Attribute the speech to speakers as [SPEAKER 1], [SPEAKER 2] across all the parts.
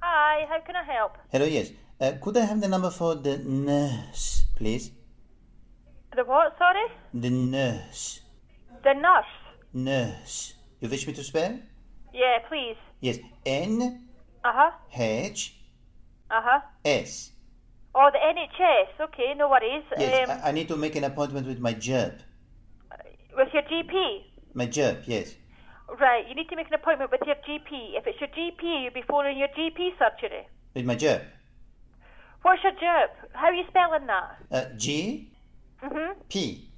[SPEAKER 1] how can I help?
[SPEAKER 2] Hello, yes. Uh, could I have the number for the nurse, please?
[SPEAKER 1] The what, sorry?
[SPEAKER 2] The nurse.
[SPEAKER 1] The nurse.
[SPEAKER 2] Nurse. You wish me to spell?
[SPEAKER 1] Yeah, please.
[SPEAKER 2] Yes. N
[SPEAKER 1] Uh huh.
[SPEAKER 2] H
[SPEAKER 1] Uh huh.
[SPEAKER 2] S.
[SPEAKER 1] Oh, the NHS. Okay, no worries.
[SPEAKER 2] Yes. uh-huh.
[SPEAKER 1] Um,
[SPEAKER 2] I-, I need to make an appointment with my GERP.
[SPEAKER 1] with your GP.
[SPEAKER 2] My GERP, yes.
[SPEAKER 1] Right, you need to make an appointment with your GP. If it's your GP, you'll be following your GP surgery.
[SPEAKER 2] With my GERP.
[SPEAKER 1] What's your job? How are you spelling that?
[SPEAKER 2] Uh, G
[SPEAKER 1] Mm-hmm.
[SPEAKER 2] P.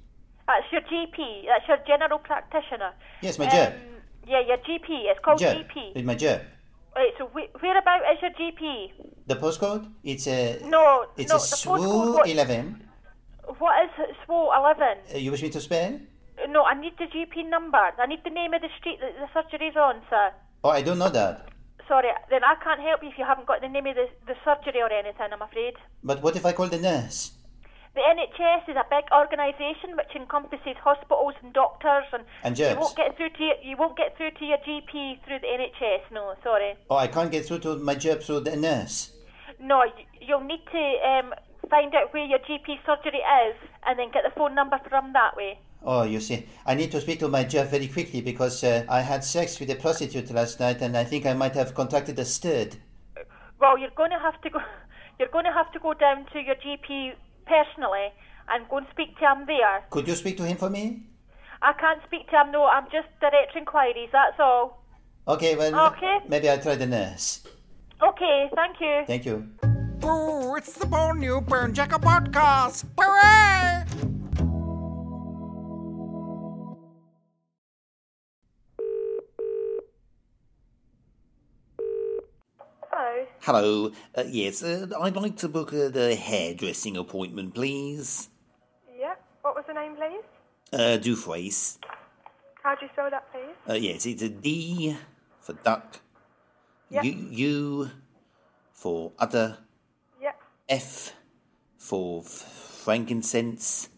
[SPEAKER 1] That's your GP. That's your general practitioner.
[SPEAKER 2] Yes, my GERP.
[SPEAKER 1] Um, oh, yeah, your GP. It's called
[SPEAKER 2] GERP.
[SPEAKER 1] GP.
[SPEAKER 2] With my GERP.
[SPEAKER 1] Right, so wh- whereabout is your GP?
[SPEAKER 2] The postcode? It's a.
[SPEAKER 1] No,
[SPEAKER 2] It's
[SPEAKER 1] no,
[SPEAKER 2] a
[SPEAKER 1] the postcode.
[SPEAKER 2] SWO
[SPEAKER 1] What,
[SPEAKER 2] 11.
[SPEAKER 1] what is SWO 11?
[SPEAKER 2] Uh, you wish me to spell?
[SPEAKER 1] No, I need the GP number. I need the name of the street that the surgery's on, sir.
[SPEAKER 2] Oh, I don't know that.
[SPEAKER 1] Sorry, then I can't help you if you haven't got the name of the, the surgery or anything, I'm afraid.
[SPEAKER 2] But what if I call the nurse?
[SPEAKER 1] The NHS is a big organisation which encompasses hospitals and doctors and,
[SPEAKER 2] And
[SPEAKER 1] you
[SPEAKER 2] germs.
[SPEAKER 1] won't get through to your, you won't get through to your GP through the NHS. No, sorry,
[SPEAKER 2] Oh, I can't get through to my GERP through the nurse.
[SPEAKER 1] no. y- You'll need to um, find out where your GP surgery is and then get the phone number from that way.
[SPEAKER 2] Oh, you see, I need to speak to my GERP very quickly because uh, I had sex with a prostitute last night and I think I might have contracted a stud.
[SPEAKER 1] Well, you're going to have to go. You're going to have to go down to your GP personally and go and speak to him there.
[SPEAKER 2] Could you speak to him for me?
[SPEAKER 1] I can't speak to him. No, I'm just direct inquiries. That's all.
[SPEAKER 2] Okay, well,
[SPEAKER 1] Okay.
[SPEAKER 2] maybe I'll try the nurse.
[SPEAKER 1] Okay, thank you.
[SPEAKER 2] Thank you.
[SPEAKER 3] Boo, it's the Bone New Burn Jacker Podcast. Hooray!
[SPEAKER 1] Hello.
[SPEAKER 4] Hello. Uh, yes, uh, I'd like to book a, the hairdressing appointment, please.
[SPEAKER 5] Yeah. What was the name, please?
[SPEAKER 4] Uh, Dufrace.
[SPEAKER 5] How do you spell that, please?
[SPEAKER 4] Uh, yes, it's a D for duck,
[SPEAKER 5] Yeah.
[SPEAKER 4] U, U for udder,
[SPEAKER 5] Yeah.
[SPEAKER 4] F for f- frankincense,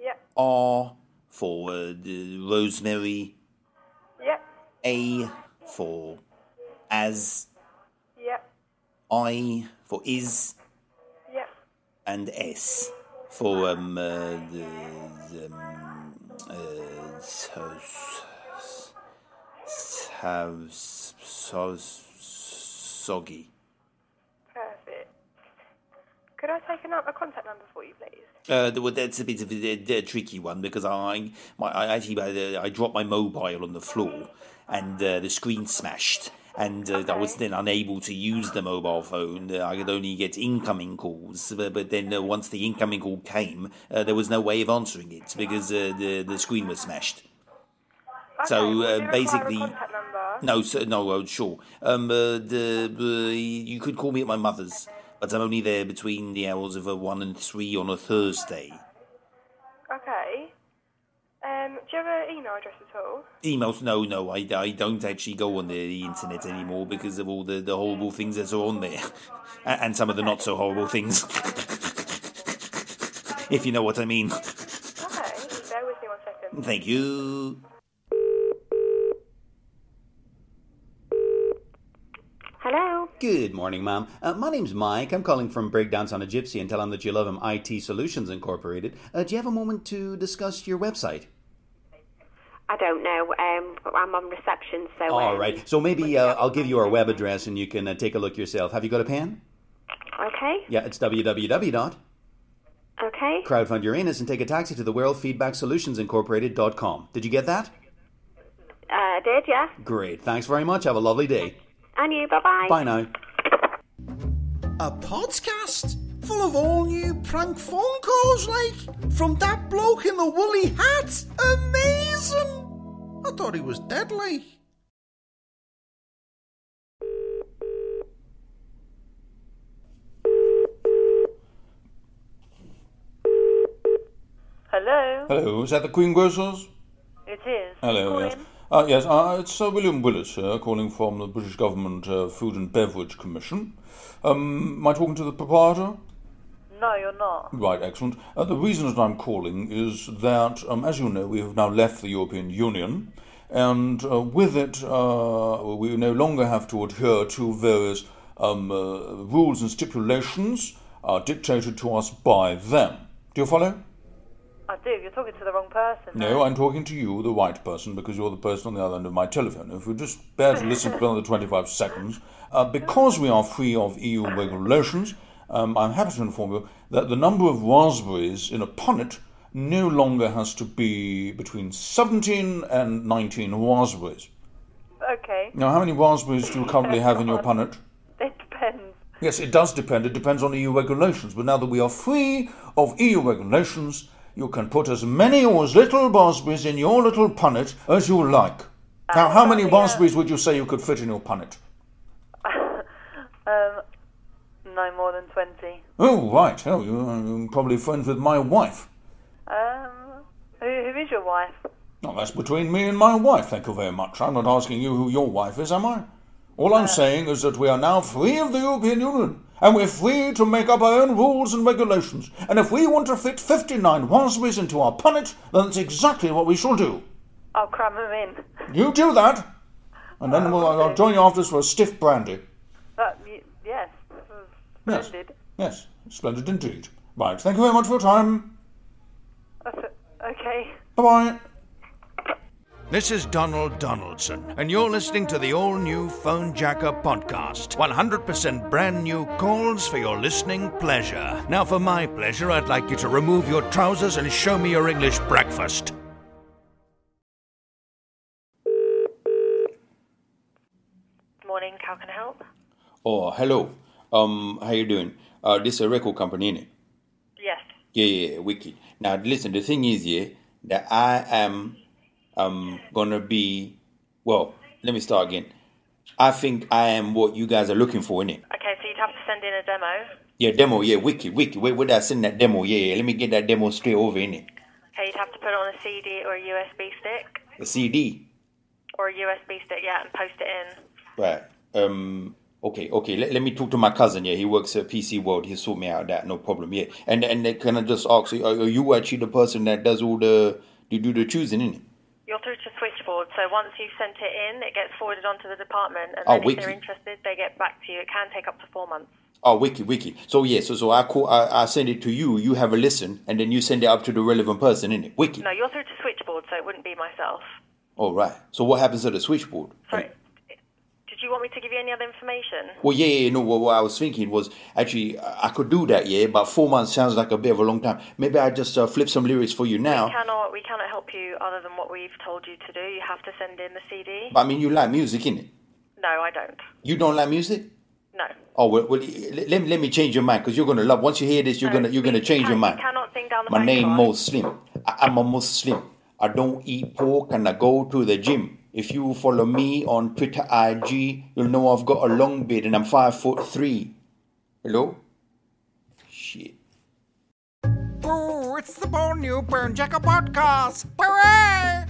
[SPEAKER 5] Yeah.
[SPEAKER 4] R for uh, d- rosemary,
[SPEAKER 5] Yeah.
[SPEAKER 4] A for as,
[SPEAKER 5] Yeah.
[SPEAKER 4] I for is,
[SPEAKER 5] Yeah.
[SPEAKER 4] and S for um, uh, the, the, um uh, so, so, so, soggy.
[SPEAKER 5] Perfect. Could I take a, num- a contact number for you, please?
[SPEAKER 4] Uh, well, that's a bit of a, a- a tricky one because I, my, I actually uh, I dropped my mobile on the floor and uh, the screen smashed. And uh, I was then unable to use the mobile phone. Uh, I could only get incoming calls. But, but then uh, once the incoming call came, uh, there was no way of answering it because uh, the the screen was smashed. So,
[SPEAKER 5] Okay, well,
[SPEAKER 4] uh,
[SPEAKER 5] do you require
[SPEAKER 4] basically-
[SPEAKER 5] a contact number.
[SPEAKER 4] No, sir, no, oh, sure. Um, uh, the, uh, you could call me at my mother's, but I'm only there between the hours of uh, one and three on a Thursday.
[SPEAKER 5] Okay. Um, do you have an email address at all?
[SPEAKER 4] Emails? No, no, I, I don't actually go on the internet anymore because of all the, the horrible things that are on there, and, and some of the not so horrible things. if you know what I mean.
[SPEAKER 5] Okay. Bear with me one second.
[SPEAKER 4] Thank you.
[SPEAKER 6] Hello.
[SPEAKER 7] Good morning, ma'am. Uh, my name's Mike. I'm calling from Breakdowns on a Gypsy and tell them that you love him, IT Solutions Incorporated. Uh, do you have a moment to discuss your website?
[SPEAKER 6] I don't know. Um, I'm on reception, so.
[SPEAKER 7] All
[SPEAKER 6] um,
[SPEAKER 7] right. So maybe uh, I'll give you our web address and you can uh, take a look yourself. Have you got a pen?
[SPEAKER 6] Okay.
[SPEAKER 7] Yeah, it's www.crowdfunduranus
[SPEAKER 6] Okay.
[SPEAKER 7] and take a taxi to the World Feedback Solutions Incorporated.com. Did you get that?
[SPEAKER 6] Uh, I did yeah.
[SPEAKER 7] Great. Thanks very much. Have a lovely day.
[SPEAKER 6] And you. Bye bye.
[SPEAKER 7] Bye now.
[SPEAKER 3] A podcast full of all new prank phone calls, like from that bloke in the woolly hat. Amazing! I thought he was dead, like.
[SPEAKER 1] Hello.
[SPEAKER 8] Hello, is that the Queen Grocers?
[SPEAKER 1] It is.
[SPEAKER 8] Hello,
[SPEAKER 1] Who's
[SPEAKER 8] yes.
[SPEAKER 1] calling?
[SPEAKER 8] Uh, yes, uh, it's uh, William Willis here, calling from the British Government uh, Food and Beverage Commission. Um, am I talking to the proprietor?
[SPEAKER 1] No, you're not.
[SPEAKER 8] Right, excellent. Uh, the reason that I'm calling is that, um, as you know, we have now left the European Union, and uh, with it, uh, we no longer have to adhere to various um, uh, rules and stipulations are dictated to us by them. Do you follow?
[SPEAKER 1] I do. You're talking to the wrong person.
[SPEAKER 8] No, I'm talking to you, the right person, because you're the person on the other end of my telephone. If you just bear to listen for another 25 seconds, uh, because we are free of EU regulations, um, I'm happy to inform you that the number of raspberries in a punnet no longer has to be between 17 and 19 raspberries.
[SPEAKER 1] Okay.
[SPEAKER 8] Now, how many raspberries do you currently have in your punnet?
[SPEAKER 1] It depends.
[SPEAKER 8] Yes, it does depend. It depends on EU regulations. But now that we are free of EU regulations, you can put as many or as little raspberries in your little punnet as you like. Now, how many
[SPEAKER 1] uh,
[SPEAKER 8] raspberries would you say you could fit in your punnet?
[SPEAKER 1] Um, no more than 20.
[SPEAKER 8] Oh, right. Oh, you- you're probably friends with my wife.
[SPEAKER 1] Um, who, who is your wife?
[SPEAKER 8] Now, that's between me and my wife, thank you very much. I'm not asking you who your wife is, am I? All I'm saying is that we are now free of the European Union, and we're free to make up our own rules and regulations. And if we want to fit 59 raspberries into our punnet, then that's exactly what we shall do.
[SPEAKER 1] I'll cram them in.
[SPEAKER 8] You do that, and then we'll, I'll join you afterwards for a stiff brandy.
[SPEAKER 1] But, y- yes.
[SPEAKER 8] Yes.
[SPEAKER 1] Splendid.
[SPEAKER 8] Yes, splendid indeed. Right, thank you very much for your time.
[SPEAKER 1] That's it. Okay.
[SPEAKER 8] Bye bye.
[SPEAKER 9] This is Donald Donaldson, and you're listening to the all new Phone Jacker podcast. 100% brand new calls for your listening pleasure. Now, for my pleasure, I'd like you to remove your trousers and show me your English breakfast.
[SPEAKER 5] Morning, how can I help?
[SPEAKER 4] Oh, hello. Um, how you doing? Uh, this a record company, innit?
[SPEAKER 5] Yes.
[SPEAKER 4] Yeah, yeah, yeah, wicked. Now, listen, the thing is, yeah, that I am um gonna be. Well, let me start again. I think I am what you guys are looking for, innit?
[SPEAKER 5] Okay, so you'd have to send in a demo.
[SPEAKER 4] Yeah, demo, yeah, wicked, wicked. Wait, where did I send that demo? Yeah, yeah, let me get that demo straight over, innit?
[SPEAKER 5] Okay, you'd have to put it on a CD or a USB stick
[SPEAKER 4] A CD.
[SPEAKER 5] or a USB stick, yeah, and post it in.
[SPEAKER 4] Right. Um. Okay. Okay. Let, let me talk to my cousin. Yeah, he works at PC World. He'll sort me out that. No problem. Yeah. And and then can I just ask? Are, are you actually the person that does all the you do the choosing? Innit?
[SPEAKER 5] You're through to switchboard, so once you've sent it in, it gets forwarded onto the department, and
[SPEAKER 4] Oh,
[SPEAKER 5] then if they're
[SPEAKER 4] wicked.
[SPEAKER 5] interested, they get back to you. It can take up to four months.
[SPEAKER 4] Oh, wiki, wiki. So yeah. So so I call. I, I send it to you. You have a listen, and then you send it up to the relevant person. Innit? Wiki.
[SPEAKER 5] No, you're through to switchboard, so it wouldn't be myself.
[SPEAKER 4] All right. So what happens to the switchboard?
[SPEAKER 5] Sorry. Did you want me to give you any other information?
[SPEAKER 4] Well, yeah, yeah, no. Well, what I was thinking was actually I I could do that, yeah. But four months sounds like a bit of a long time. Maybe I just uh, flip some lyrics for you now.
[SPEAKER 5] We cannot, we cannot help you other than what we've told you to do. You have to send in the CD.
[SPEAKER 4] But I mean, you like music, innit?
[SPEAKER 5] No, I don't.
[SPEAKER 4] You don't like music?
[SPEAKER 5] No.
[SPEAKER 4] Oh well, well let, let me let me change your mind because you're gonna love. Once you hear this, you're gonna you're gonna
[SPEAKER 5] You
[SPEAKER 4] change your mind.
[SPEAKER 5] can- You Uh, cannot sing down the
[SPEAKER 4] My
[SPEAKER 5] back
[SPEAKER 4] name
[SPEAKER 5] line.
[SPEAKER 4] Mo Slim. I, I'm a Muslim. I don't eat pork and I go to the gym. If you follow me on Twitter, IG, you'll know I've got a long beard and I'm five foot three. Hello. Shit.
[SPEAKER 9] Boo, it's the brand new Burn Jacker podcast. Hooray!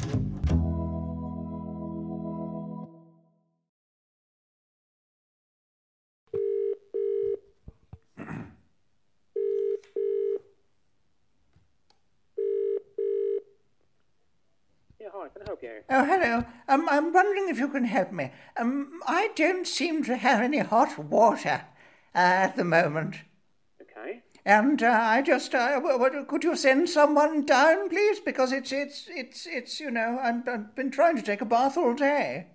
[SPEAKER 10] Oh, hello. Um, I'm wondering if you can help me. Um, I don't seem to have any hot water uh, at the moment. Okay. And uh, I just, uh, w- w- could you send someone down, please? Because it's, it's, it's, it's you know, I'm, I've been trying to take a bath all day.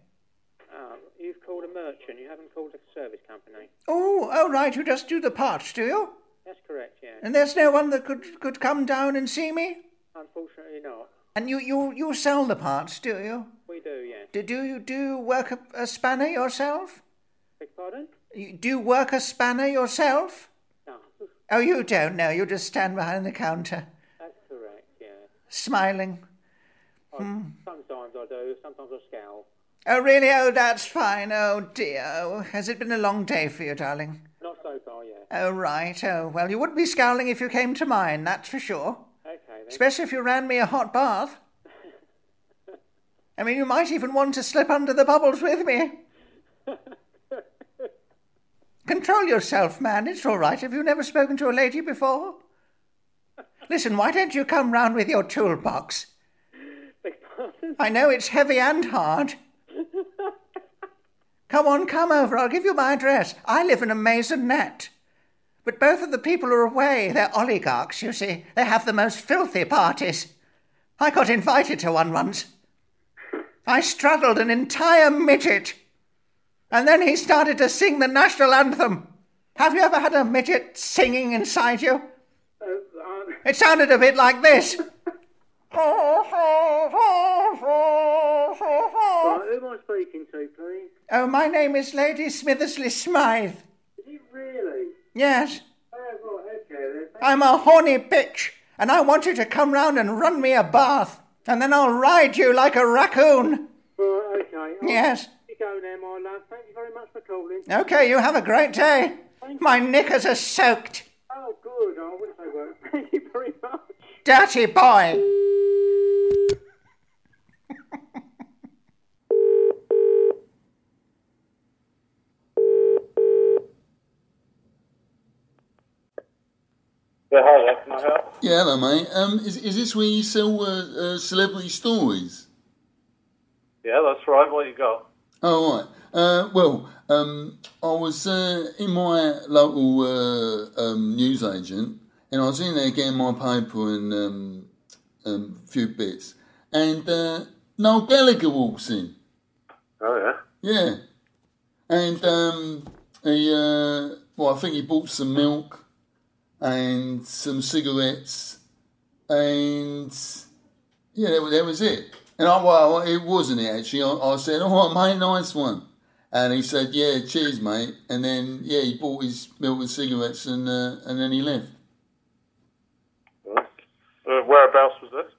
[SPEAKER 11] Um, You've called a merchant. You haven't called a service company.
[SPEAKER 10] Oh, oh, right, you just do the part, do you?
[SPEAKER 11] That's correct, yeah.
[SPEAKER 10] And there's no one that could, could come down and see me?
[SPEAKER 11] Unfortunately not.
[SPEAKER 10] And you, you, you sell the parts, do you?
[SPEAKER 11] We do, yeah.
[SPEAKER 10] Do, do you do you work a, a spanner yourself?
[SPEAKER 11] Beg pardon?
[SPEAKER 10] You do you work a spanner yourself?
[SPEAKER 11] No.
[SPEAKER 10] Oh, you don't know. You just stand behind the counter,
[SPEAKER 11] That's correct, yeah.
[SPEAKER 10] smiling. Hmm.
[SPEAKER 11] I, Sometimes I do, sometimes I scowl.
[SPEAKER 10] Oh, really? Oh, that's fine. Oh, dear. Oh, has it been a long day for you, darling?
[SPEAKER 11] Not so far, yeah.
[SPEAKER 10] Oh, right. Oh, well, you wouldn't be scowling if you came to mine, that's for sure.
[SPEAKER 11] Okay then.
[SPEAKER 10] Especially if you ran me a hot bath. I mean, you might even want to slip under the bubbles with me. Control yourself, man. It's all right. Have you never spoken to a lady before? Listen, why don't you come round with your toolbox?
[SPEAKER 11] Beg pardon?
[SPEAKER 10] I know it's heavy and hard.
[SPEAKER 12] Come on, come over. I'll give you my address. I live in a maisonette. But both of the people are away. They're oligarchs, you see. They have the most filthy parties. I got invited to one once. I straddled an entire midget. And then he started to sing the national anthem. Have you ever had a midget singing inside you? It sounded a bit like this.
[SPEAKER 11] Right, who am I speaking to, please?
[SPEAKER 12] Oh, my name is Lady Smithersley Smythe.
[SPEAKER 11] Is he really?
[SPEAKER 12] Yes,
[SPEAKER 11] Oh, right, okay then.
[SPEAKER 12] I'm a horny bitch, and I want you to come round and run me a bath, and then I'll ride you like a raccoon.
[SPEAKER 11] Right, okay. I'll
[SPEAKER 12] Yes.
[SPEAKER 11] You go now, my love. Thank you very much for calling.
[SPEAKER 12] Okay, you have a great day. My knickers are soaked.
[SPEAKER 11] Oh, good. I wish they were. Thank you very much.
[SPEAKER 12] Dirty boy.
[SPEAKER 13] Yeah, hi there. Can I help?
[SPEAKER 10] Yeah, hello, mate. Um, is, is this where you sell uh, uh, celebrity stories?
[SPEAKER 13] Yeah, that's right. What you got?
[SPEAKER 10] Oh, all right. Uh, well, um, I was uh, in my local uh, um, newsagent, and I was in there getting my paper and um, um, few bits, and uh, Noel Gallagher walks in.
[SPEAKER 13] Oh yeah.
[SPEAKER 10] Yeah, and um, he uh, well, I think he bought some milk and some cigarettes, and yeah, that, wa- that was it. And I well, it wasn't it actually. I, I said, "Oh, mate, nice one," and he said, "Yeah, cheers, mate." And then yeah, he bought his milk and cigarettes, and uh, and then he left.
[SPEAKER 13] Uh, whereabouts was this?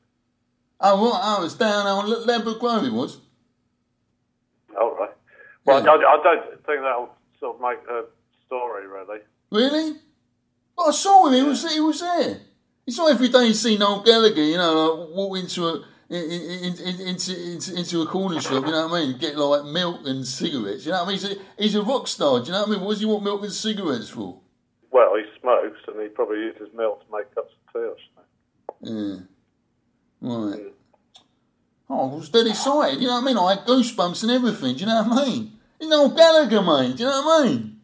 [SPEAKER 10] Oh, well, I was down on Le- Ledbrook Grove. It was.
[SPEAKER 13] All right. Well, I, I don't think that'll sort of make a story, really.
[SPEAKER 10] Really? Well, I saw him. He was he was there. It's not every day you see Noel Gallagher. You know, like, walk into a in, in, in, into, into into a corner shop. You know what I mean? Get like milk and cigarettes. You know what I mean? He's a, he's a rock star. Do you know what I mean? What does he want milk and cigarettes for?
[SPEAKER 13] Well, he smokes, and he probably uses milk to make cups of tea. Or something.
[SPEAKER 10] Yeah. Right. Oh, I was dead excited. You know what I mean? I had goosebumps and everything. Do you know what I mean? He's Noel Gallagher, mate. Do you know what I mean?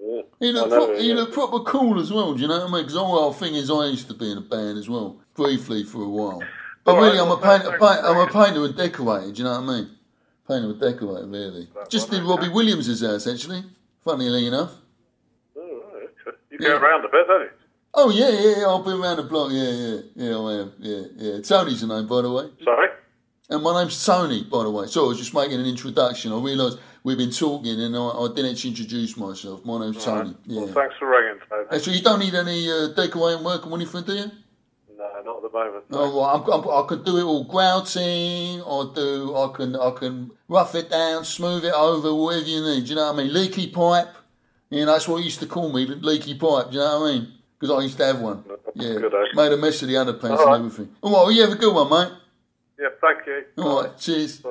[SPEAKER 13] Yeah.
[SPEAKER 10] He looked,
[SPEAKER 13] I know,
[SPEAKER 10] pro- he
[SPEAKER 13] yeah.
[SPEAKER 10] looked proper cool as well, do you know what I mean? Because all our thing is, I used to be in a band as well, briefly for a while. But
[SPEAKER 13] All
[SPEAKER 10] really,
[SPEAKER 13] right,
[SPEAKER 10] I'm a
[SPEAKER 13] well,
[SPEAKER 10] painter,
[SPEAKER 13] thanks,
[SPEAKER 10] paint, I'm a
[SPEAKER 13] thanks.
[SPEAKER 10] painter and decorator, do you know what I mean? Painter and decorator, really. Just did Robbie Williams's house, actually, funnily enough.
[SPEAKER 13] Oh, right, okay. You go around a bit, don't you?
[SPEAKER 10] Oh, yeah, yeah, yeah, I've been around the block, yeah, yeah, yeah, I am, yeah, yeah. Tony's the name, by the way.
[SPEAKER 13] Sorry.
[SPEAKER 10] And my name's Tony, by the way. So I was just making an introduction. I realised we've been talking and I, I didn't actually introduce myself. My name's
[SPEAKER 13] All right.
[SPEAKER 10] Tony, yeah.
[SPEAKER 13] Well, thanks for ringing, Tony.
[SPEAKER 10] Actually, you don't need any uh, decorating work or anything, do you?
[SPEAKER 13] No, not at the moment.
[SPEAKER 10] Oh, well, I'm, I'm, I could do it all grouting, or do I can I can rough it down, smooth it over, whatever you need. Do you know what I mean? Leaky pipe. You know, that's what he used to call me, the leaky pipe. Do you know what I mean? Because I used to have one. Yeah,
[SPEAKER 13] Good, eh?
[SPEAKER 10] made a mess of the underpants Oh,
[SPEAKER 13] All right.
[SPEAKER 10] and everything. All right, well, you have a good one, mate.
[SPEAKER 13] Yeah, thank you.
[SPEAKER 10] All right, cheers.